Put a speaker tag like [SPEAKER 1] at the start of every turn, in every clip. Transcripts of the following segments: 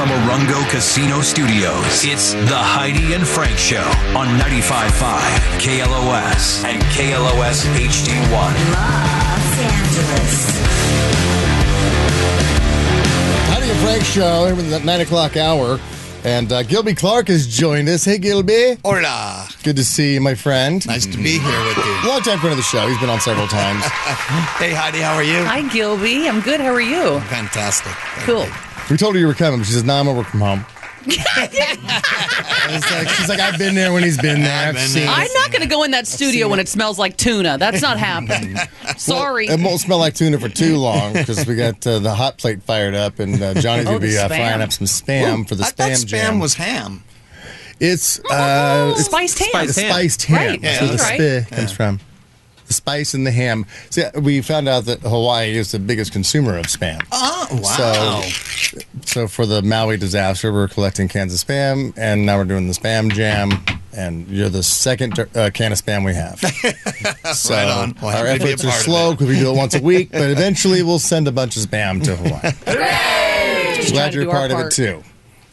[SPEAKER 1] Amorongo Casino Studios. It's the Heidi and Frank Show on 95.5 KLOS and KLOS HD1.
[SPEAKER 2] Howdy and Frank show in the nine o'clock hour, and uh, Gilby Clark has joined us. Hey, Gilby,
[SPEAKER 3] Hola.
[SPEAKER 2] good to see you, my friend.
[SPEAKER 3] Nice to be here with you.
[SPEAKER 2] Long time friend of the show. He's been on several times.
[SPEAKER 3] Hey, Heidi, how are you?
[SPEAKER 4] Hi, Gilby. I'm good. How are you?
[SPEAKER 3] Fantastic. Thank
[SPEAKER 4] Cool.
[SPEAKER 3] you.
[SPEAKER 2] we told her you were coming. but She says, "Nah, I'm gonna work from home." And it's like- she's like, "I've been there when he's been there. I've
[SPEAKER 3] I've been
[SPEAKER 2] seen
[SPEAKER 3] there.
[SPEAKER 2] it."
[SPEAKER 4] I'm not going to go in that studio when it smells like tuna. That's not happening. Sorry.
[SPEAKER 2] It won't smell like tuna for too long because we got uh, the hot plate fired up, and uh, Johnny's
[SPEAKER 4] Oh,
[SPEAKER 2] gonna be
[SPEAKER 4] the
[SPEAKER 2] uh,
[SPEAKER 4] spam.
[SPEAKER 2] frying up some spam
[SPEAKER 3] Ooh,
[SPEAKER 2] for the
[SPEAKER 3] I thought
[SPEAKER 2] spam
[SPEAKER 3] spam
[SPEAKER 2] jam.
[SPEAKER 3] was ham.
[SPEAKER 2] it's uh, it's
[SPEAKER 4] Oh, Spiced ham.
[SPEAKER 2] It's spiced ham.
[SPEAKER 4] Right.
[SPEAKER 2] That's
[SPEAKER 3] Yeah.
[SPEAKER 2] where the
[SPEAKER 4] Right.
[SPEAKER 2] spit comes from. The spice and the ham. See, we found out that Hawaii is the biggest consumer of spam.
[SPEAKER 3] Oh, wow.
[SPEAKER 2] So for the Maui disaster, we're collecting cans of spam, and now we're doing the spam jam. And you're the second uh, can of spam we have. so
[SPEAKER 3] Right on. Well,
[SPEAKER 2] our
[SPEAKER 3] happy to be a
[SPEAKER 2] efforts are
[SPEAKER 3] part of
[SPEAKER 2] slow
[SPEAKER 3] it.
[SPEAKER 2] because we do it once a week, but eventually we'll send a bunch of spam to Hawaii.
[SPEAKER 4] Just trying
[SPEAKER 2] Glad
[SPEAKER 4] to
[SPEAKER 2] you're
[SPEAKER 4] do
[SPEAKER 2] a
[SPEAKER 4] our Mm-hmm.
[SPEAKER 2] part, of it too.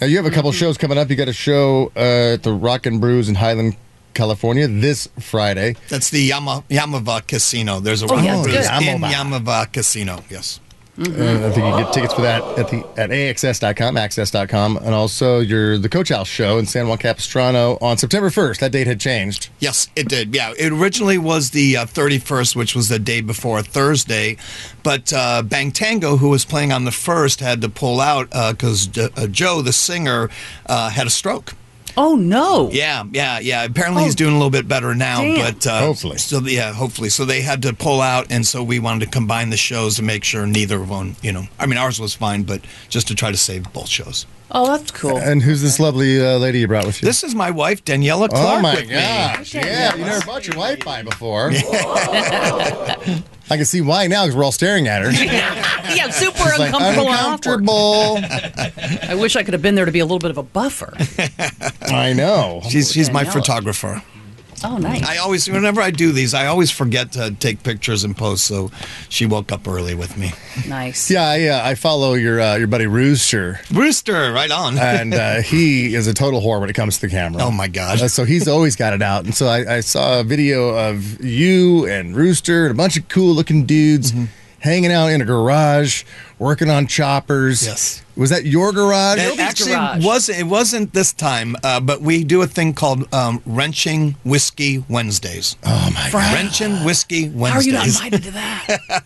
[SPEAKER 2] Now you have a couple shows coming up. You got a show uh, at the Rock and Brews in Highland, California, this Friday.
[SPEAKER 3] That's the Yama, Yamava Casino. There's a
[SPEAKER 4] Oh, yeah,
[SPEAKER 3] Rock
[SPEAKER 4] good.
[SPEAKER 3] Brews in
[SPEAKER 2] Yamava.
[SPEAKER 3] Yamava Casino. Yes.
[SPEAKER 2] Uh, I think you can get tickets for that at the at axs.com, access.com, and also your the Coach House show in San Juan Capistrano on September 1st. That date had changed.
[SPEAKER 3] Yes, it did. Yeah, it originally was the uh, 31st, which was the day before Thursday, but uh, Bang Tango, who was playing on the first, had to pull out because uh, Joe, the singer, uh, had a stroke.
[SPEAKER 4] Oh, no.
[SPEAKER 3] Yeah, yeah, yeah. Apparently he's doing a little bit better now,
[SPEAKER 4] Oh, Damn.
[SPEAKER 3] but uh,
[SPEAKER 2] Hopefully.
[SPEAKER 3] So yeah, hopefully. So they had to pull out, and so we wanted to combine the shows to make sure neither of them, you know, I mean ours was fine, but just to try to save both shows.
[SPEAKER 4] Oh, that's cool.
[SPEAKER 2] And who's this lovely uh, lady you brought with you?
[SPEAKER 3] This is my wife Daniela Clark.
[SPEAKER 2] oh my
[SPEAKER 3] with me.
[SPEAKER 2] gosh! Yeah, you never brought your wife by before. I can see why now because we're all staring at her. It's
[SPEAKER 4] Yeah, super
[SPEAKER 2] like,
[SPEAKER 4] uncomfortable and awkward.
[SPEAKER 2] uncomfortable.
[SPEAKER 4] I wish I could have been there to be a little bit of a buffer.
[SPEAKER 2] I know.
[SPEAKER 3] She's she's my
[SPEAKER 4] Daniela.
[SPEAKER 3] photographer.
[SPEAKER 4] Oh, nice.
[SPEAKER 3] I always whenever I do these, I always forget to take pictures and post. So she woke up early with me.
[SPEAKER 4] nice.
[SPEAKER 2] Yeah, I, uh, I follow your uh, your buddy Rooster,
[SPEAKER 3] Rooster, right on.
[SPEAKER 2] and uh, he is a total whore when it comes to the camera.
[SPEAKER 3] oh my gosh.
[SPEAKER 2] Uh, so he's always got it out. And so I, I saw a video of you and Rooster and a bunch of cool looking dudes
[SPEAKER 3] Mm-hmm.
[SPEAKER 2] hanging out in a garage, working on choppers.
[SPEAKER 3] Yes.
[SPEAKER 2] Was that your garage?
[SPEAKER 3] It
[SPEAKER 4] Nobody's
[SPEAKER 3] actually
[SPEAKER 4] garage.
[SPEAKER 3] wasn't. It wasn't this time, uh, but we do a thing called um, wrenching whiskey Wednesdays.
[SPEAKER 2] oh my God.
[SPEAKER 3] Wrenching whiskey
[SPEAKER 4] How are you
[SPEAKER 3] Wednesdays,
[SPEAKER 4] not invited to that?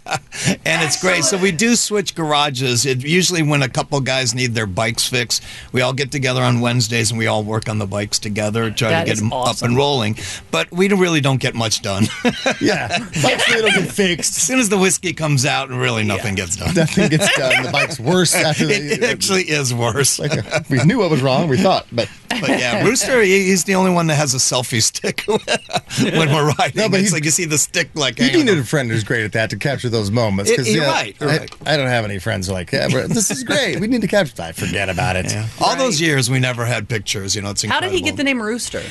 [SPEAKER 3] and it's great. So we do switch garages. It usually when a couple guys need their bikes fixed, we all get together on Wednesdays and we all work on the bikes together, try
[SPEAKER 4] That
[SPEAKER 3] to
[SPEAKER 4] is
[SPEAKER 3] get them up
[SPEAKER 4] awesome.
[SPEAKER 3] and rolling. But we don't- really don't get much done. as
[SPEAKER 2] Yeah. Bikes they don't get fixed.
[SPEAKER 3] soon as the whiskey comes out, really nothing gets done.
[SPEAKER 2] Nothing gets done. The bike's worse after the.
[SPEAKER 3] It, it actually is worse.
[SPEAKER 2] we knew what was wrong. We thought, but
[SPEAKER 3] But yeah, Rooster, he- he's the only one that has a selfie stick when we're riding.
[SPEAKER 2] No, but
[SPEAKER 3] it's
[SPEAKER 2] he-
[SPEAKER 3] like you see the stick like
[SPEAKER 2] you
[SPEAKER 3] hanging
[SPEAKER 2] needed a
[SPEAKER 3] on.
[SPEAKER 2] friend who's great at that to capture those moments.
[SPEAKER 3] It-
[SPEAKER 2] 'cause,
[SPEAKER 3] you're
[SPEAKER 2] yeah,
[SPEAKER 3] right, you're
[SPEAKER 2] I,
[SPEAKER 3] right.
[SPEAKER 2] I don't have any friends who are like, yeah, we're- this is great. We need to capture. that. forget about it.
[SPEAKER 3] Yeah. All those
[SPEAKER 4] Right.
[SPEAKER 3] years we never had pictures. You know, it's
[SPEAKER 4] How
[SPEAKER 3] incredible.
[SPEAKER 4] did he get the name Rooster?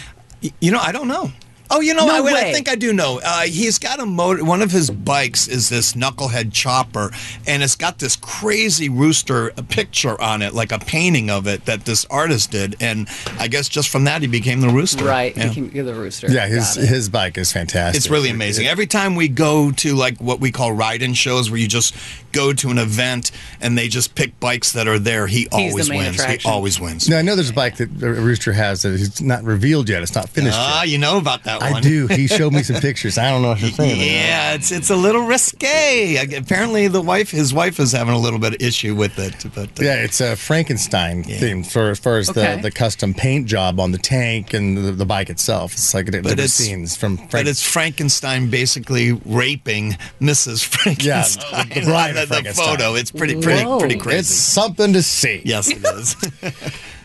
[SPEAKER 3] Y- You know, I don't know. Oh, you know,
[SPEAKER 4] No
[SPEAKER 3] I, wait,
[SPEAKER 4] way.
[SPEAKER 3] I think I do know. Uh, he's got a motor. One of his bikes is this knucklehead chopper, and it's got this crazy rooster uh, picture on it, like a painting of it that this artist did. And I guess just from that, he became the rooster.
[SPEAKER 4] Right.
[SPEAKER 3] Yeah.
[SPEAKER 4] You can- You're the Rooster.
[SPEAKER 2] Yeah, his
[SPEAKER 4] Got it.
[SPEAKER 2] his bike is fantastic.
[SPEAKER 3] It's really amazing. Every time we go to like what we call ride-in shows, where you just go to an event and they just pick bikes that are there, he
[SPEAKER 4] the
[SPEAKER 3] always
[SPEAKER 4] main
[SPEAKER 3] wins.
[SPEAKER 4] attraction.
[SPEAKER 3] He always wins.
[SPEAKER 2] Now I know there's a bike that Rooster has that is not revealed yet. It's not finished.
[SPEAKER 3] Ah,
[SPEAKER 2] yet.
[SPEAKER 3] you know about that one.
[SPEAKER 2] I do. He showed me some pictures. I don't know if you're saying
[SPEAKER 3] Yeah, it's it's a little risque. Like, Apparently, the wife, his wife, is having a little bit of issue with it. But uh,
[SPEAKER 2] Yeah, it's a Frankenstein theme for as far as
[SPEAKER 4] Okay.
[SPEAKER 2] the, the custom paint job on the tank and the, the bike itself. It's like different
[SPEAKER 3] it's-
[SPEAKER 2] scenes from Frank.
[SPEAKER 3] but it's Frankenstein basically raping Mrs. Frankenstein.
[SPEAKER 2] the bride of
[SPEAKER 3] the, the
[SPEAKER 2] Frankenstein.
[SPEAKER 3] photo. It's pretty pretty
[SPEAKER 4] Whoa.
[SPEAKER 3] pretty crazy.
[SPEAKER 2] it's something to see.
[SPEAKER 3] yes, it is.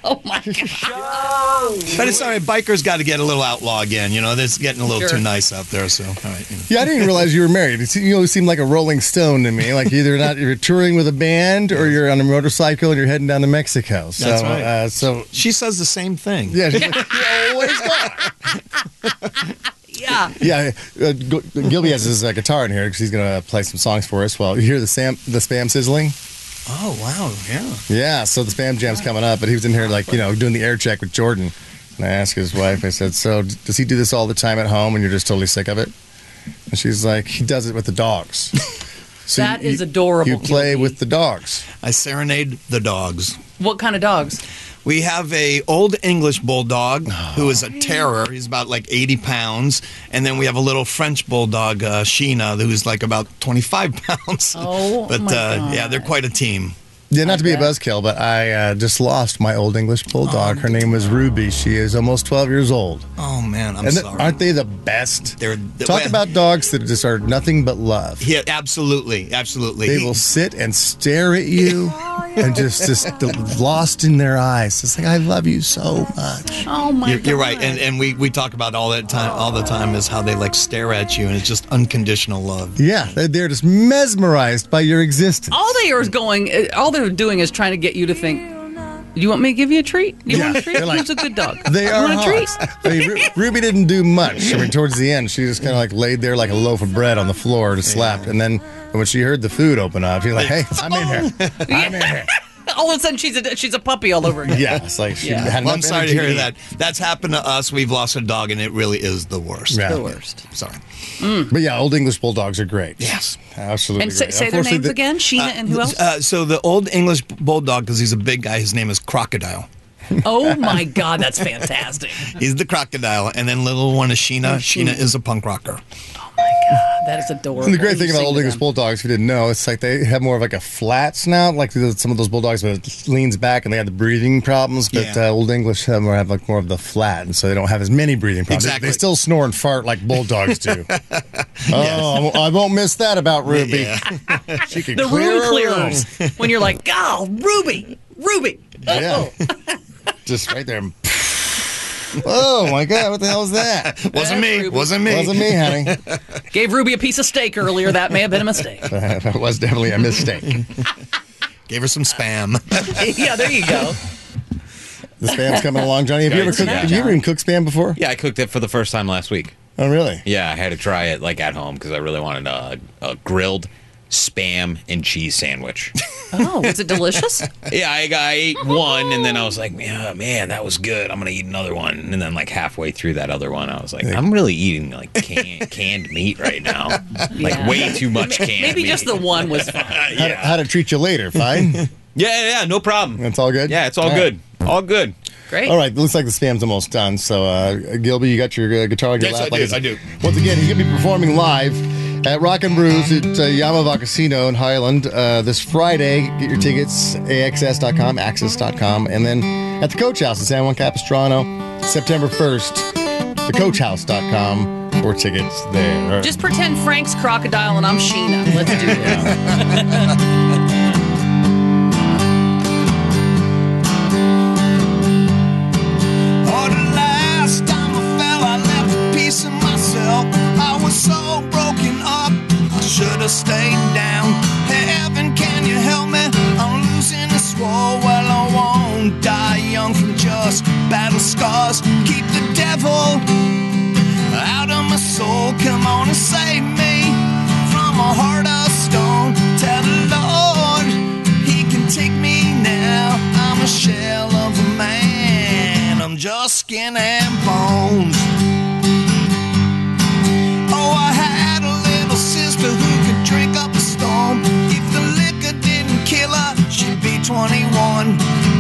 [SPEAKER 4] Oh, my gosh.
[SPEAKER 3] But it's all right. Bikers got to get a little outlaw again. You know, it's getting a little
[SPEAKER 4] Sure.
[SPEAKER 3] too nice out there. So, all right. You know.
[SPEAKER 2] Yeah, I didn't realize you were married. It's, you always seem like a Rolling Stone to me. Like either not you're touring with a band or you're on a motorcycle and you're heading down to Mexico. So,
[SPEAKER 3] That's right.
[SPEAKER 2] uh, so
[SPEAKER 3] She says the same thing.
[SPEAKER 2] yeah, she's like, "You're always gone."
[SPEAKER 4] Yeah.
[SPEAKER 2] Yeah, uh, G- Gilby has his uh, guitar in here because he's gonna play some songs for us. Well, you hear the sam the spam sizzling.
[SPEAKER 3] Oh wow, yeah.
[SPEAKER 2] Yeah, so the Spam Jam's coming up, but he was in here like you know doing the air check with Jordan. And I asked his wife, I said, "So d- does he do this all the time at home, and you're just totally sick of it?" And she's like, "He does it with the dogs." So
[SPEAKER 4] That is adorable,
[SPEAKER 2] You play
[SPEAKER 4] Gilby.
[SPEAKER 2] with the dogs.
[SPEAKER 3] I serenade the dogs.
[SPEAKER 4] What kind of dogs?
[SPEAKER 3] We have a old English bulldog
[SPEAKER 2] Oh.
[SPEAKER 3] who is a terror. He's about like 80 pounds, and then we have a little French bulldog, uh, Sheena, who's like about 25 pounds.
[SPEAKER 4] Oh,
[SPEAKER 3] but
[SPEAKER 4] my
[SPEAKER 3] uh, yeah,
[SPEAKER 4] God.
[SPEAKER 3] they're quite a team.
[SPEAKER 2] Yeah, not
[SPEAKER 4] I
[SPEAKER 2] to be a
[SPEAKER 4] bet. Oh,
[SPEAKER 2] buzzkill, but I uh, just lost my old English bulldog. Her name was Ruby. She is almost 12 years old.
[SPEAKER 3] Oh man, I'm
[SPEAKER 2] And th-
[SPEAKER 3] sorry.
[SPEAKER 2] aren't they the best?
[SPEAKER 3] They're the-
[SPEAKER 2] Talk
[SPEAKER 3] well-
[SPEAKER 2] about dogs that just are nothing but love.
[SPEAKER 3] yeah, absolutely, absolutely.
[SPEAKER 2] They
[SPEAKER 3] He-
[SPEAKER 2] will sit and stare at you
[SPEAKER 4] Oh,
[SPEAKER 2] and just just d- lost in their eyes. It's like I love you so much.
[SPEAKER 4] Oh my
[SPEAKER 3] You're, you're right,
[SPEAKER 4] God.
[SPEAKER 3] and and we, we talk about all that time all the time is how they like stare at you, and it's just unconditional love.
[SPEAKER 2] Yeah, they're, they're just mesmerized by your existence.
[SPEAKER 4] all they are going, all they're doing is trying to get you to think. You want me to give you a treat? You
[SPEAKER 2] Yeah,
[SPEAKER 4] want a treat?
[SPEAKER 2] they're like-
[SPEAKER 4] Who's a good dog?
[SPEAKER 2] They
[SPEAKER 4] you
[SPEAKER 2] are
[SPEAKER 4] want a treat?
[SPEAKER 2] hot. I mean, Ru- Ruby didn't do much. I mean, towards the end, she just kind of like laid there like a loaf of bread on the floor, just slapped. And then when she heard the food open up, she's like, "Hey, I'm in here. I'm in here."
[SPEAKER 4] All of a sudden, she's a she's a puppy all over again.
[SPEAKER 2] Yeah, it's like she
[SPEAKER 4] "Oh." Yeah.
[SPEAKER 2] had
[SPEAKER 3] Well,
[SPEAKER 2] enough
[SPEAKER 3] I'm sorry to
[SPEAKER 2] energy
[SPEAKER 3] hear
[SPEAKER 2] eat.
[SPEAKER 3] that. That's happened to us. We've lost a dog, and it really is the worst.
[SPEAKER 2] Yeah.
[SPEAKER 4] The worst.
[SPEAKER 3] Sorry.
[SPEAKER 2] But yeah, old English bulldogs are great.
[SPEAKER 3] Yes.
[SPEAKER 2] absolutely.
[SPEAKER 4] And say,
[SPEAKER 2] great.
[SPEAKER 4] say their
[SPEAKER 2] Unfortunately,
[SPEAKER 4] names
[SPEAKER 2] the-
[SPEAKER 4] again, Sheena and who else?
[SPEAKER 3] Uh, so the old English bulldog, because he's a big guy, his name is Crocodile.
[SPEAKER 4] oh my God, that's fantastic!
[SPEAKER 3] He's the crocodile, and then little one is Sheena. Sheena is a punk rocker.
[SPEAKER 4] That is adorable.
[SPEAKER 2] And the great thing
[SPEAKER 4] You
[SPEAKER 2] about
[SPEAKER 4] sing
[SPEAKER 2] old
[SPEAKER 4] to
[SPEAKER 2] English
[SPEAKER 4] them.
[SPEAKER 2] bulldogs, if you didn't know, it's like they have more of like a flat snout, like the, some of those bulldogs that leans back and they have the breathing problems. But
[SPEAKER 3] Yeah.
[SPEAKER 2] uh, old English have more have like more of the flat, and so they don't have as many breathing problems. They- They,
[SPEAKER 3] Exactly.
[SPEAKER 2] still snore and fart like bulldogs do. Oh, I won't miss that about Ruby. She can
[SPEAKER 4] the
[SPEAKER 2] clear
[SPEAKER 4] room
[SPEAKER 2] her
[SPEAKER 4] clears when you're like, "Oh, Ruby, Ruby."
[SPEAKER 2] room. Yeah, just right there. oh my God! What the hell is that?
[SPEAKER 3] Wasn't me.
[SPEAKER 4] Ruby.
[SPEAKER 3] Wasn't me.
[SPEAKER 2] Wasn't me, honey.
[SPEAKER 4] Gave Ruby a piece of steak earlier. That may have been a mistake.
[SPEAKER 2] that was definitely a mistake.
[SPEAKER 3] Gave her some spam.
[SPEAKER 4] yeah, there you go.
[SPEAKER 2] The spam's coming along, Johnny. Have you ever
[SPEAKER 5] Guys,
[SPEAKER 2] cooked?
[SPEAKER 5] yeah.
[SPEAKER 2] Have you ever even cooked spam before?
[SPEAKER 5] Yeah, I cooked it for the first time last week.
[SPEAKER 2] Oh, really?
[SPEAKER 5] Yeah, I had to try it like at home because I really wanted a, a grilled spam and cheese sandwich.
[SPEAKER 4] Oh, was it delicious?
[SPEAKER 5] yeah, I, I ate one and then I was like, yeah, man, that was good. I'm gonna eat another one. And then like halfway through that other one, I was like, I'm really eating like can, canned meat right now. Like
[SPEAKER 4] Yeah.
[SPEAKER 5] way too much canned.
[SPEAKER 4] Maybe
[SPEAKER 5] meat. Uh,
[SPEAKER 4] just the one was fine.
[SPEAKER 2] How, to, how to treat you later? Fine.
[SPEAKER 5] Yeah, yeah, yeah, no problem.
[SPEAKER 2] That's all good?
[SPEAKER 5] Yeah, it's all
[SPEAKER 2] All right.
[SPEAKER 5] good. All good.
[SPEAKER 4] Great.
[SPEAKER 2] All right, looks like the spam's almost done. So, uh, Gilby, you got your uh, guitar on your
[SPEAKER 3] Yes,
[SPEAKER 2] lap.
[SPEAKER 3] I do,
[SPEAKER 2] said.
[SPEAKER 3] I do.
[SPEAKER 2] Once again, he's going to be performing live at Rock and Brews at uh, Yamava Casino in Highland uh, this Friday. Get your tickets, axs.com, access.com, and then at the Coach House in San Juan Capistrano, September 1st, thecoachhouse.com for tickets there.
[SPEAKER 4] Just pretend Frank's crocodile and I'm Sheena. Let's do this.
[SPEAKER 3] Oh, the last time I fell, I left a piece of myself. I was so broken up, I should have stayed down. Heaven, can you help me? I'm losing this war. Well, I won't die young from just battle scars. Keep the devil out of my soul. Come on and save me from a heart of stone. Tell the Lord He can take me now. I'm a shell of a man. I'm just skin and bones. Oh, I had a little sister who could drink up a storm. If the liquor didn't kill her, she'd be 21.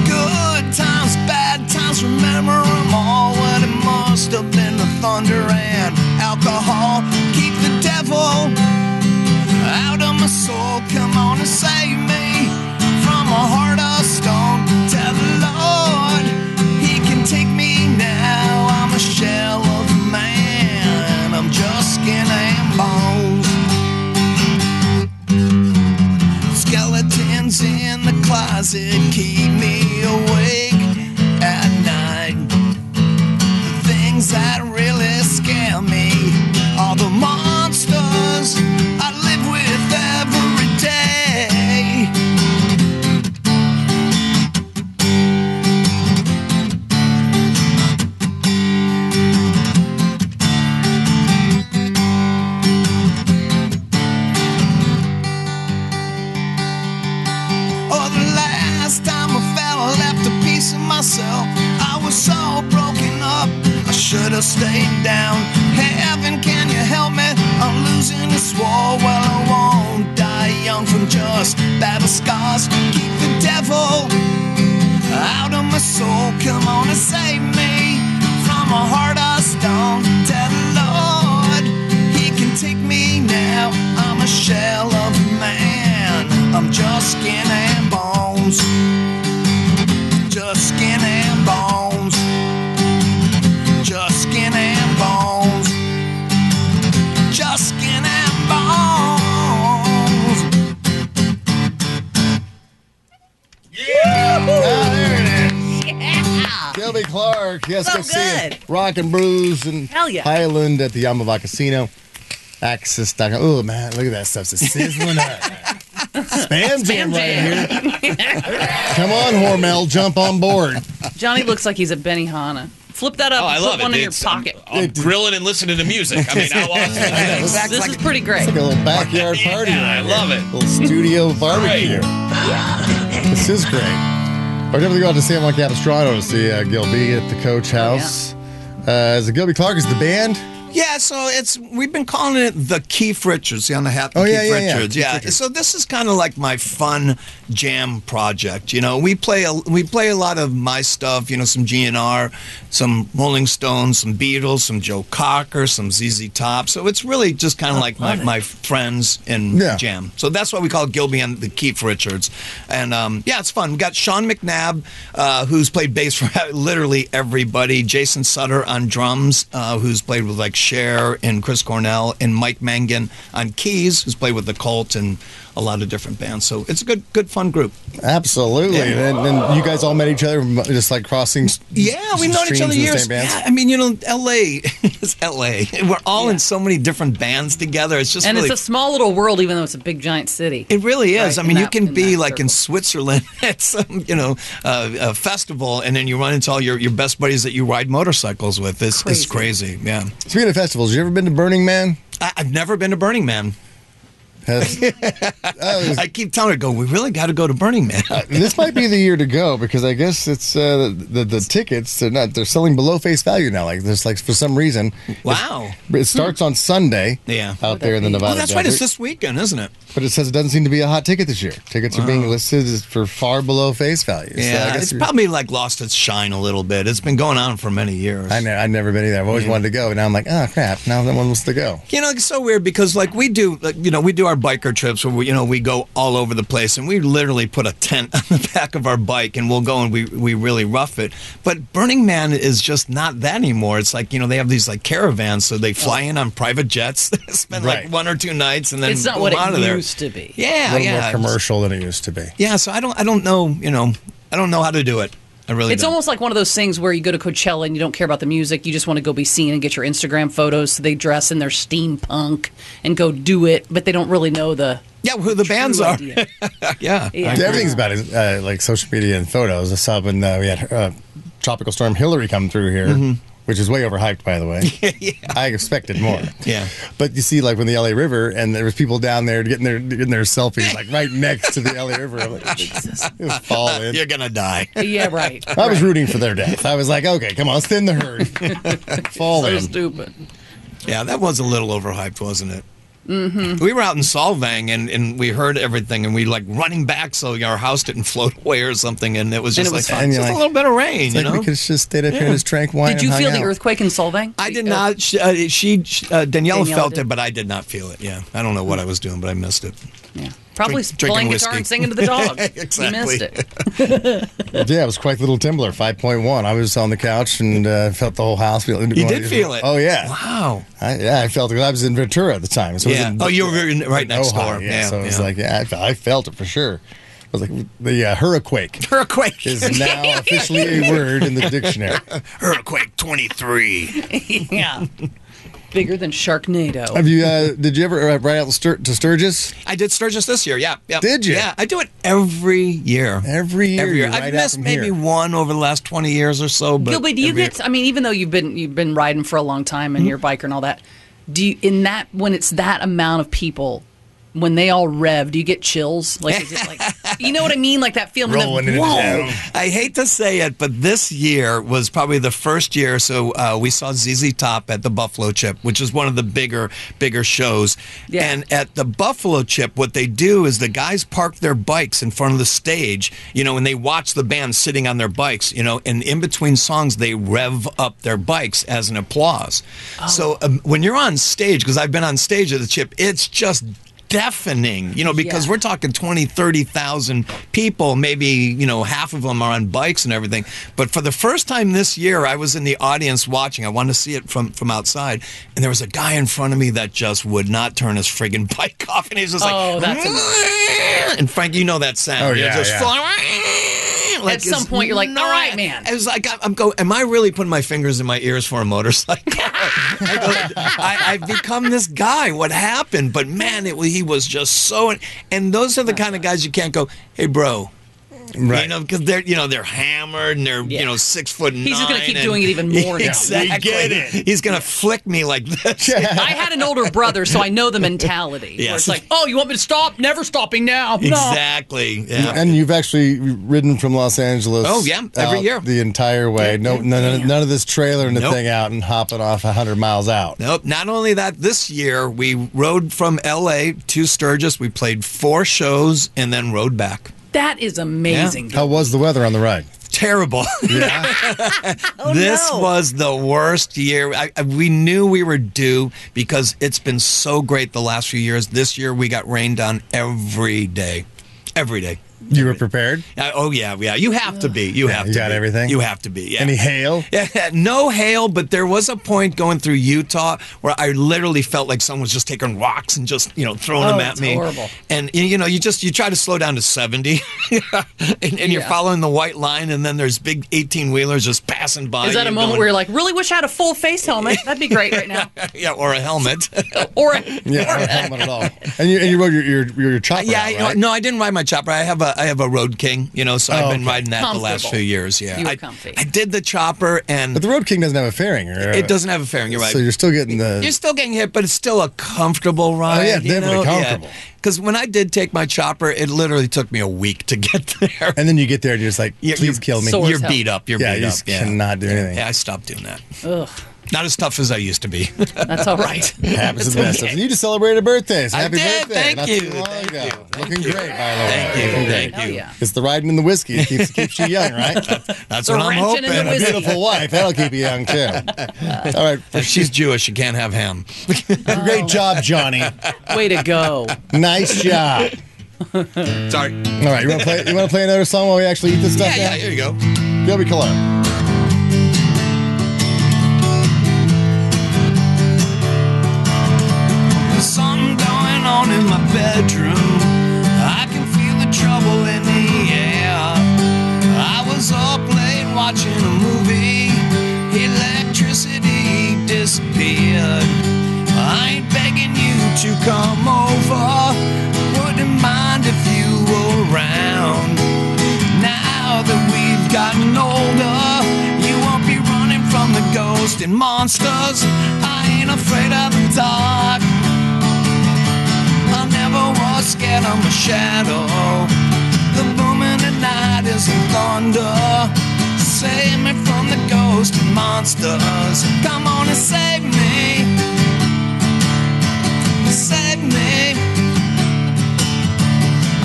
[SPEAKER 3] Good times, bad times, remember 'em all. What it must have been the thunder and alcohol. Keep the devil out of my soul. Come on and save me from a heart of stone. Tell the Lord He can take me now. I'm a shell of a man. I'm just skin and bones. Skeletons in the closet keep me awake at night things that really scare me are the monsters I live with every day. Oh, I left a piece of myself. I was so broken up. I should have stayed down. Hey, Evan, can you help me? I'm losing this war. Well, I won't die young from just battle scars. Keep the devil out of my soul. Come on and save me from a heart of stone. Tell the Lord He can take me now. I'm a shell of a man. I'm just skin and bones. Just skin and bones. Just skin and bones. Just skin and bones.
[SPEAKER 2] Ah, there it is. Kelby Clark. Yes,
[SPEAKER 4] So
[SPEAKER 2] go see
[SPEAKER 4] good.
[SPEAKER 2] it. Rock and Brews and
[SPEAKER 4] Hell yeah.
[SPEAKER 2] Highland at the Yamava Casino. Access.com. Oh, man, look at that stuff. It's sizzling up. Spam jam
[SPEAKER 4] Spam
[SPEAKER 2] right here.
[SPEAKER 4] jam.
[SPEAKER 2] Come on, Hormel, jump on board.
[SPEAKER 4] Johnny looks like he's at Benihana. Flip that up.
[SPEAKER 5] Oh,
[SPEAKER 4] and
[SPEAKER 5] I
[SPEAKER 4] put
[SPEAKER 5] love it.
[SPEAKER 4] one in your
[SPEAKER 5] It's- I'm-
[SPEAKER 4] pocket.
[SPEAKER 5] I'm, grilling and listening to music. I mean, I lost it.
[SPEAKER 4] this is pretty great.
[SPEAKER 2] Like a little backyard party. right
[SPEAKER 5] Yeah, I
[SPEAKER 2] here.
[SPEAKER 5] love it.
[SPEAKER 2] Little studio barbecue. This is great. We're definitely going to San Juan Capistrano to see uh, Gilby at the coach house. Uh, is it Gilby Clark? Is the band?
[SPEAKER 3] Yeah, so it's we've been calling it the Keith Richards, the unhappy
[SPEAKER 2] Oh,
[SPEAKER 3] Keith
[SPEAKER 2] yeah, yeah, yeah.
[SPEAKER 3] Richards.
[SPEAKER 2] Keith
[SPEAKER 3] Yeah.
[SPEAKER 2] Richards.
[SPEAKER 3] So this is kind of like my fun jam project. You know, we play a, we play a lot of my stuff. You know, some GNR, some Rolling Stones, some Beatles, some Joe Cocker, some ZZ Top. So it's really just kind of like my, my friends and
[SPEAKER 2] Yeah.
[SPEAKER 3] jam. So that's why we call it Gilby and the Keith Richards. And um, yeah, it's fun. We got Sean McNabb, uh, who's played bass for literally everybody. Jason Sutter on drums, uh, who's played with like Cher and Chris Cornell, and Mike Mangan on keys, who's played with the Cult and a lot of different bands. So it's a good, good, fun group.
[SPEAKER 2] Absolutely. And, then- then you guys all met each other m- just like crossing. s-
[SPEAKER 3] Yeah, we've known each
[SPEAKER 2] streams
[SPEAKER 3] other
[SPEAKER 2] in the same
[SPEAKER 3] years.
[SPEAKER 2] bands.
[SPEAKER 3] Yeah, I mean, you know, L.A. is L.A. We're all
[SPEAKER 4] Yeah.
[SPEAKER 3] in so many different bands together. It's just
[SPEAKER 4] And
[SPEAKER 3] really
[SPEAKER 4] it's a small little world, even though it's a big giant city.
[SPEAKER 3] It really is.
[SPEAKER 4] Right,
[SPEAKER 3] I mean,
[SPEAKER 4] in
[SPEAKER 3] you
[SPEAKER 4] that-
[SPEAKER 3] can
[SPEAKER 4] in
[SPEAKER 3] be
[SPEAKER 4] that
[SPEAKER 3] like in
[SPEAKER 4] circle.
[SPEAKER 3] Switzerland at some, you know, uh, a festival, and then you run into all your, your best buddies that you ride motorcycles with. It's crazy. it's crazy. Yeah,
[SPEAKER 2] Speaking of festivals, you ever been to Burning Man?
[SPEAKER 3] I, I've never been to Burning Man.
[SPEAKER 2] Has-
[SPEAKER 3] I keep telling her, "Go, we really got to go to Burning Man."
[SPEAKER 2] this might be the year to go because I guess it's uh, the, the the tickets they're not they're selling below face value now. Like there's like for some reason.
[SPEAKER 3] wow.
[SPEAKER 2] It starts on Sunday.
[SPEAKER 3] Yeah.
[SPEAKER 2] Out there in the Nevada
[SPEAKER 3] Oh, that's right. It's
[SPEAKER 2] desert.
[SPEAKER 3] this weekend, isn't it?
[SPEAKER 2] But it says it doesn't seem to be a hot ticket this year. Tickets are being listed as for far below face value.
[SPEAKER 3] Yeah,
[SPEAKER 2] I
[SPEAKER 3] it's
[SPEAKER 2] you're-
[SPEAKER 3] probably like lost its shine a little bit. It's been going on for many years.
[SPEAKER 2] I know. I've never been either. I've always wanted to go, and now I'm like, oh crap! Now that one wants to go.
[SPEAKER 3] You know, it's so weird because like we do, like, you know, we do our biker trips where we, you know we go all over the place, and we literally put a tent on the back of our bike, and we'll go and we we really rough it. But Burning Man is just not that anymore. It's like you know they have these like caravans, so they fly in on private jets, spend
[SPEAKER 2] Right.
[SPEAKER 3] like one or two nights, and then
[SPEAKER 4] It's not
[SPEAKER 3] boom,
[SPEAKER 4] what
[SPEAKER 3] out of
[SPEAKER 4] it
[SPEAKER 3] there.
[SPEAKER 4] used to be.
[SPEAKER 2] A
[SPEAKER 3] Yeah,
[SPEAKER 2] little
[SPEAKER 3] yeah,
[SPEAKER 2] more
[SPEAKER 3] it's-
[SPEAKER 2] commercial than it used to be.
[SPEAKER 3] yeah. So I don't, I don't know, you know, I don't know how to do it. I really.
[SPEAKER 4] It's
[SPEAKER 3] don't.
[SPEAKER 4] almost like one of those things where you go to Coachella and you don't care about the music. You just want to go be seen and get your Instagram photos. So they dress in their steampunk and go do it, but they don't really know the
[SPEAKER 3] yeah, who the bands
[SPEAKER 4] true
[SPEAKER 3] are.
[SPEAKER 4] idea.
[SPEAKER 3] yeah.
[SPEAKER 4] Yeah.
[SPEAKER 2] Everything's about uh, like social media and photos. I saw when uh, we had uh, tropical storm Hillary come through here, which is way overhyped, by the way. I expected more.
[SPEAKER 3] Yeah.
[SPEAKER 2] But you see, like when the LA River, and there was people down there getting their getting their selfies, like right next to the LA River. I'm like, Jesus, just fall in.
[SPEAKER 3] You're gonna die.
[SPEAKER 4] yeah, right.
[SPEAKER 2] I was rooting for their death. I was like, okay, come on, let's thin the herd. fall
[SPEAKER 4] So
[SPEAKER 2] in.
[SPEAKER 4] stupid.
[SPEAKER 3] Yeah, that was a little overhyped, wasn't it? Mm-hmm. We were out in Solvang and, and we heard everything and we like running back so our house didn't float away or something and it was
[SPEAKER 4] And
[SPEAKER 3] just
[SPEAKER 4] it was
[SPEAKER 3] like
[SPEAKER 2] fun.
[SPEAKER 3] just
[SPEAKER 2] And you're
[SPEAKER 3] a
[SPEAKER 2] like-
[SPEAKER 3] little bit of rain,
[SPEAKER 2] It's
[SPEAKER 3] you
[SPEAKER 2] like we
[SPEAKER 3] know.
[SPEAKER 2] could have just stayed up here and just drank wine.
[SPEAKER 4] Did you
[SPEAKER 2] and
[SPEAKER 4] feel
[SPEAKER 2] hung
[SPEAKER 4] the
[SPEAKER 2] out.
[SPEAKER 4] earthquake in Solvang?
[SPEAKER 3] I did
[SPEAKER 4] The
[SPEAKER 3] not. She, uh, she uh, Daniela,
[SPEAKER 4] Daniela
[SPEAKER 3] felt
[SPEAKER 4] did.
[SPEAKER 3] it, but I did not feel it. Yeah, I don't know what I was doing, but I missed it.
[SPEAKER 4] Yeah. Probably
[SPEAKER 3] Drink- drinking
[SPEAKER 4] playing guitar
[SPEAKER 3] whiskey.
[SPEAKER 4] and singing to the dog.
[SPEAKER 3] Exactly.
[SPEAKER 4] You missed it.
[SPEAKER 2] Yeah, it was quite little Timbler, 5.1. I was on the couch and uh, felt the whole house. You
[SPEAKER 3] did feel it?
[SPEAKER 2] Oh, yeah.
[SPEAKER 3] Wow.
[SPEAKER 2] I, yeah, I felt it. I was in Ventura at the time. So it was
[SPEAKER 3] Yeah.
[SPEAKER 2] in-
[SPEAKER 3] Oh, you were in- right next
[SPEAKER 2] Ohio,
[SPEAKER 3] door.
[SPEAKER 2] Yeah,
[SPEAKER 3] Yeah,
[SPEAKER 2] so it was
[SPEAKER 3] yeah.
[SPEAKER 2] like, yeah, I, fe- I felt it for sure. I was like, the uh, hurricane
[SPEAKER 3] Earthquake.
[SPEAKER 2] is now officially a word in the dictionary.
[SPEAKER 3] Earthquake 23.
[SPEAKER 4] Yeah. Bigger than Sharknado.
[SPEAKER 2] Have you? Uh, did you ever uh, ride out to, Stur- to Sturgis?
[SPEAKER 3] I did Sturgis this year. Yeah, yeah.
[SPEAKER 2] Did you?
[SPEAKER 3] Yeah, I do it every year.
[SPEAKER 2] Every year
[SPEAKER 3] Every
[SPEAKER 2] you
[SPEAKER 3] year. I've
[SPEAKER 2] ride out
[SPEAKER 3] missed
[SPEAKER 2] from
[SPEAKER 3] maybe
[SPEAKER 2] here.
[SPEAKER 3] one over the last 20 years or so. But
[SPEAKER 4] Gilby, do you
[SPEAKER 3] every year-
[SPEAKER 4] get? I mean, even though you've been you've been
[SPEAKER 3] Hmm?
[SPEAKER 4] riding for a long time and you're a biker and all that, do you in that when it's that amount of people? when they all rev, do you get chills? Like, is it like you know what I mean? Like that feeling.
[SPEAKER 2] Rolling
[SPEAKER 4] of,
[SPEAKER 2] in it
[SPEAKER 4] Whoa.
[SPEAKER 2] down.
[SPEAKER 3] I hate to say it, but this year was probably the first year. So uh, we saw ZZ Top at the Buffalo Chip, which is one of the bigger, bigger shows.
[SPEAKER 4] Yeah.
[SPEAKER 3] And at the Buffalo Chip, what they do is the guys park their bikes in front of the stage, you know, and they watch the band sitting on their bikes, you know, and in between songs, they rev up their bikes as an applause.
[SPEAKER 4] Oh.
[SPEAKER 3] So um, when you're on stage, because I've been on stage at the Chip, it's just deafening, you know, because
[SPEAKER 4] Yeah.
[SPEAKER 3] we're talking 20, 30,000 people. Maybe, you know, half of them are on bikes and everything. But for the first time this year, I was in the audience watching. I wanted to see it from, from outside. And there was a guy in front of me that just would not turn his friggin' bike off. And he's just like,
[SPEAKER 4] Oh, that's
[SPEAKER 3] and Frank, you know that sound.
[SPEAKER 2] Oh,
[SPEAKER 3] You're
[SPEAKER 2] yeah,
[SPEAKER 3] just
[SPEAKER 2] yeah.
[SPEAKER 3] flying.
[SPEAKER 4] At some
[SPEAKER 3] it's
[SPEAKER 4] point, you're like, all
[SPEAKER 3] not-
[SPEAKER 4] right, man.
[SPEAKER 3] It was like, I'm- I'm going, am I really putting my fingers in my ears for a motorcycle? I go, I, I've become this guy. What happened? But man, it, wa- he was just so. And those are the kind of guys you can't go, hey, bro.
[SPEAKER 2] Right.
[SPEAKER 3] You know, because they're you know they're hammered and they're you
[SPEAKER 4] Yeah.
[SPEAKER 3] know six foot nine.
[SPEAKER 4] He's just gonna keep
[SPEAKER 3] and-
[SPEAKER 4] doing it even more now.
[SPEAKER 3] Exactly.
[SPEAKER 2] We get it.
[SPEAKER 3] He's gonna flick me like this.
[SPEAKER 4] I had an older brother, so I know the mentality. Where
[SPEAKER 3] Yes.
[SPEAKER 4] it's like, oh, you want me to stop? Never stopping now. No.
[SPEAKER 3] Exactly. Yeah.
[SPEAKER 2] And you've actually ridden from Los Angeles.
[SPEAKER 3] Oh, yeah, every
[SPEAKER 2] out
[SPEAKER 3] year.
[SPEAKER 2] the entire way. No, none, none of this trailering the
[SPEAKER 3] Nope.
[SPEAKER 2] thing out and hopping off hundred miles out.
[SPEAKER 3] Nope. Not only that, this year we rode from L.A. to Sturgis. We played four shows and then rode back.
[SPEAKER 4] That is amazing.
[SPEAKER 2] How was the weather on the ride?
[SPEAKER 3] Terrible.
[SPEAKER 4] Oh,
[SPEAKER 3] this
[SPEAKER 4] no.
[SPEAKER 3] was the worst year. I, I, we knew we were due because it's been so great the last few years. This year we got rained on every day, every day.
[SPEAKER 2] You were prepared.
[SPEAKER 3] Uh, oh yeah, yeah. You have to be. You have
[SPEAKER 2] you
[SPEAKER 3] to
[SPEAKER 2] got
[SPEAKER 3] be.
[SPEAKER 2] everything?
[SPEAKER 3] You have to be. Yeah.
[SPEAKER 2] Any hail?
[SPEAKER 3] Yeah, no hail, but there was a point going through Utah where I literally felt like someone was just taking rocks and just you know throwing
[SPEAKER 4] Oh,
[SPEAKER 3] them at
[SPEAKER 4] it's
[SPEAKER 3] me.
[SPEAKER 4] horrible.
[SPEAKER 3] And y- you know, you just you try to slow down to seventy, and, and you're
[SPEAKER 4] Yeah.
[SPEAKER 3] following the white line, and then there's big eighteen wheelers just passing by.
[SPEAKER 4] Is that a
[SPEAKER 3] you,
[SPEAKER 4] moment
[SPEAKER 3] going-
[SPEAKER 4] where you're like, really wish I had a full face helmet? That'd be great right now.
[SPEAKER 3] yeah, or a helmet?
[SPEAKER 4] Or
[SPEAKER 2] Yeah, no helmet at all. And you and you rode your your, your chopper.
[SPEAKER 3] yeah,
[SPEAKER 2] out,
[SPEAKER 3] I-
[SPEAKER 2] right?
[SPEAKER 3] no, I didn't ride my chopper. I have a I have a Road King, you know, so
[SPEAKER 2] Oh,
[SPEAKER 3] I've been
[SPEAKER 2] okay.
[SPEAKER 3] riding that the last
[SPEAKER 4] Comfortable.
[SPEAKER 3] few years. Yeah,
[SPEAKER 4] You were
[SPEAKER 3] I,
[SPEAKER 4] comfy.
[SPEAKER 3] I did the chopper, and
[SPEAKER 2] But the Road King doesn't have a fairing. Or,
[SPEAKER 3] it doesn't have a fairing. You're right.
[SPEAKER 2] So you're still getting the.
[SPEAKER 3] You're still getting hit, but it's still a comfortable ride.
[SPEAKER 2] Oh, yeah, definitely comfortable.
[SPEAKER 3] Because when I did take my chopper, it literally took me a week to get there.
[SPEAKER 2] and then you get there and you're just like,
[SPEAKER 3] You-
[SPEAKER 2] please
[SPEAKER 3] you-
[SPEAKER 2] kill me.
[SPEAKER 4] Sore
[SPEAKER 3] You're
[SPEAKER 4] as hell.
[SPEAKER 3] beat up. You're
[SPEAKER 2] yeah,
[SPEAKER 3] beat
[SPEAKER 2] you
[SPEAKER 3] up.
[SPEAKER 2] just
[SPEAKER 3] yeah.
[SPEAKER 2] cannot do anything.
[SPEAKER 3] Yeah, I stopped doing that.
[SPEAKER 4] Ugh,
[SPEAKER 3] Not as tough as I used to be.
[SPEAKER 4] that's all right.
[SPEAKER 2] Happens to the best of us. You just celebrated a birthday. So
[SPEAKER 3] I
[SPEAKER 2] happy
[SPEAKER 3] did.
[SPEAKER 2] birthday.
[SPEAKER 3] Thank
[SPEAKER 2] Not
[SPEAKER 3] you.
[SPEAKER 2] too long
[SPEAKER 3] Thank
[SPEAKER 2] ago.
[SPEAKER 3] you. Thank
[SPEAKER 2] Looking
[SPEAKER 3] you.
[SPEAKER 2] great, by the way.
[SPEAKER 3] Thank you.
[SPEAKER 2] Looking great.
[SPEAKER 3] Thank
[SPEAKER 4] Hell
[SPEAKER 3] you.
[SPEAKER 4] yeah.
[SPEAKER 2] It's the riding and the whiskey. It keeps, keeps you young, right?
[SPEAKER 3] That's
[SPEAKER 4] The
[SPEAKER 3] what I'm
[SPEAKER 4] wrenching
[SPEAKER 3] hoping.
[SPEAKER 4] and the
[SPEAKER 2] A beautiful wife. That'll keep you young, too. All right.
[SPEAKER 3] if she's Jewish, you can't have ham.
[SPEAKER 2] Great job, Johnny.
[SPEAKER 4] Way to go.
[SPEAKER 2] Nice job.
[SPEAKER 3] Sorry.
[SPEAKER 2] All right. You want to play, you wanna play another song while we actually eat this
[SPEAKER 3] Yeah,
[SPEAKER 2] stuff
[SPEAKER 3] yeah,
[SPEAKER 2] now?
[SPEAKER 3] here you go.
[SPEAKER 2] Gilby Colon.
[SPEAKER 3] There's something going on in my bedroom. I can feel the trouble in the air. I was up late watching a movie. Electricity disappeared. I ain't begging you to come over. Wouldn't mind if you were around. Now that we've gotten older, you won't be running from the ghosts and monsters. I ain't afraid of the dark. I never was scared of my shadow. The boom in the night is the thunder. Save me from the ghosts and monsters. Come on and save me. Save me.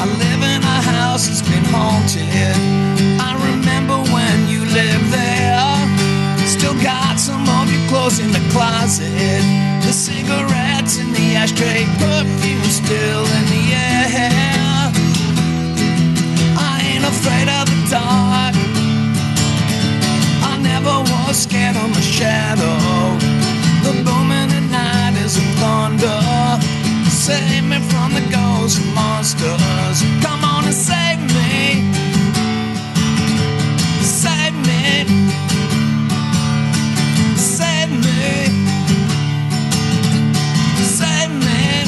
[SPEAKER 3] I live in a house that's been haunted. I remember when you lived there. Still got some of your clothes in the closet. The cigarettes in the ashtray, perfume still in the air. I ain't afraid of the dark. I never was scared of my shadow. The booming at night is a thunder. Save me from the ghosts and monsters. Come on and save me. Save me. Save me. Save me.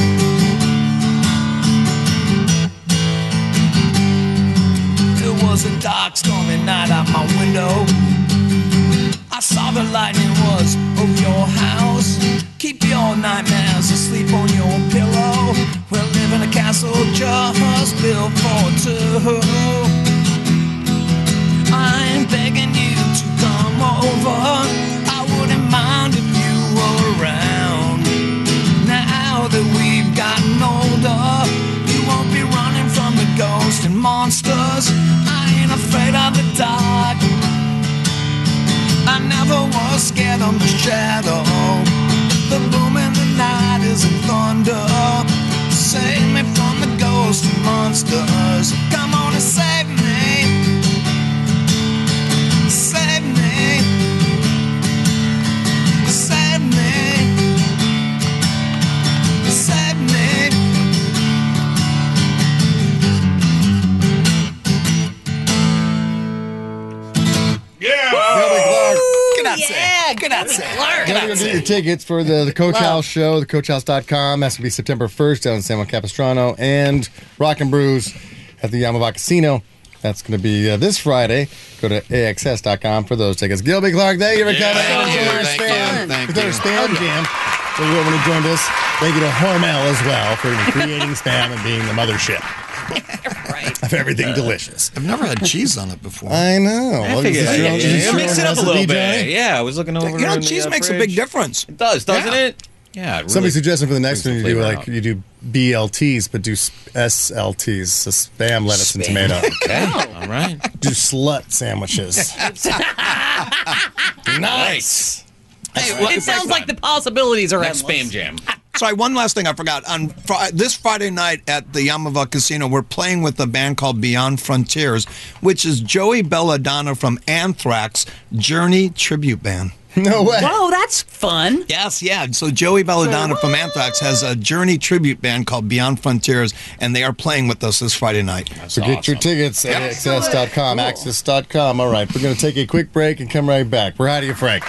[SPEAKER 3] There was a dark stormy night out my window. I saw the lightning was over your house. Keep your nightmares asleep on your pillow. We'll live in a castle just built for two. I'm begging you to come over. I wouldn't mind if you were around. Now that we've gotten older, you won't be running from the ghosts and monsters. I ain't afraid of the dark. I never was scared of the shadow. The boom in the night is in thunder. Save me from the ghosts and monsters. Come on and save me. Save me. Save me. Save me.
[SPEAKER 2] Kelly Clark.
[SPEAKER 4] Good yeah, good
[SPEAKER 2] Get out get your tickets for the, the Coach House show, the coachhouse.com. That's going to be September 1st down in San Juan Capistrano and Rock and Brews at the Yamava Casino. That's going to be uh, this Friday. Go to AXS.com for those tickets. Gilby Clark, thank you for coming.
[SPEAKER 3] Thank you,
[SPEAKER 2] With our
[SPEAKER 3] thank
[SPEAKER 2] stand-
[SPEAKER 3] you, thank
[SPEAKER 2] with our
[SPEAKER 3] you.
[SPEAKER 2] stand jam. So we when he joined us. Thank you to Hormel as well for creating spam and being the mothership
[SPEAKER 4] Right.
[SPEAKER 2] of everything delicious.
[SPEAKER 3] I've never had cheese on it before.
[SPEAKER 2] I know.
[SPEAKER 5] I
[SPEAKER 2] Well, is
[SPEAKER 5] figured,
[SPEAKER 2] this your own-
[SPEAKER 5] yeah,
[SPEAKER 2] is this
[SPEAKER 5] yeah,
[SPEAKER 2] your own
[SPEAKER 5] mix it up a
[SPEAKER 2] recipe,
[SPEAKER 5] little
[SPEAKER 2] Johnny?
[SPEAKER 5] bit. Yeah, I was looking over.
[SPEAKER 3] you know,
[SPEAKER 5] in the,
[SPEAKER 3] cheese
[SPEAKER 5] uh,
[SPEAKER 3] makes a
[SPEAKER 5] fridge.
[SPEAKER 3] big difference.
[SPEAKER 5] It does, doesn't
[SPEAKER 3] Yeah.
[SPEAKER 5] it? Yeah. it Really
[SPEAKER 2] Somebody suggested for the next one
[SPEAKER 5] brings
[SPEAKER 2] you
[SPEAKER 5] the
[SPEAKER 2] do
[SPEAKER 5] flavor
[SPEAKER 2] like
[SPEAKER 5] out.
[SPEAKER 2] you do BLTs, but do s- SLTs, so spam, lettuce, and
[SPEAKER 5] Spam.
[SPEAKER 2] tomato.
[SPEAKER 5] Okay. All right.
[SPEAKER 2] do slut sandwiches.
[SPEAKER 5] Nice.
[SPEAKER 3] Hey, well,
[SPEAKER 4] It sounds like the possibilities are
[SPEAKER 5] Next
[SPEAKER 4] endless.
[SPEAKER 5] spam jam.
[SPEAKER 3] Sorry, one last thing I forgot. On fri- this Friday night at the Yamava Casino, we're playing with a band called Beyond Frontiers, which is Joey Belladonna from Anthrax Journey Tribute Band.
[SPEAKER 2] no way.
[SPEAKER 4] Whoa, that's fun.
[SPEAKER 3] Yes, yeah. So Joey Belladonna from Anthrax has a Journey Tribute Band called Beyond Frontiers, and they are playing with us this Friday night.
[SPEAKER 2] So get your tickets at access.com, access.com. All right, we're going to take a quick break and come right back. We're out of here, Frank.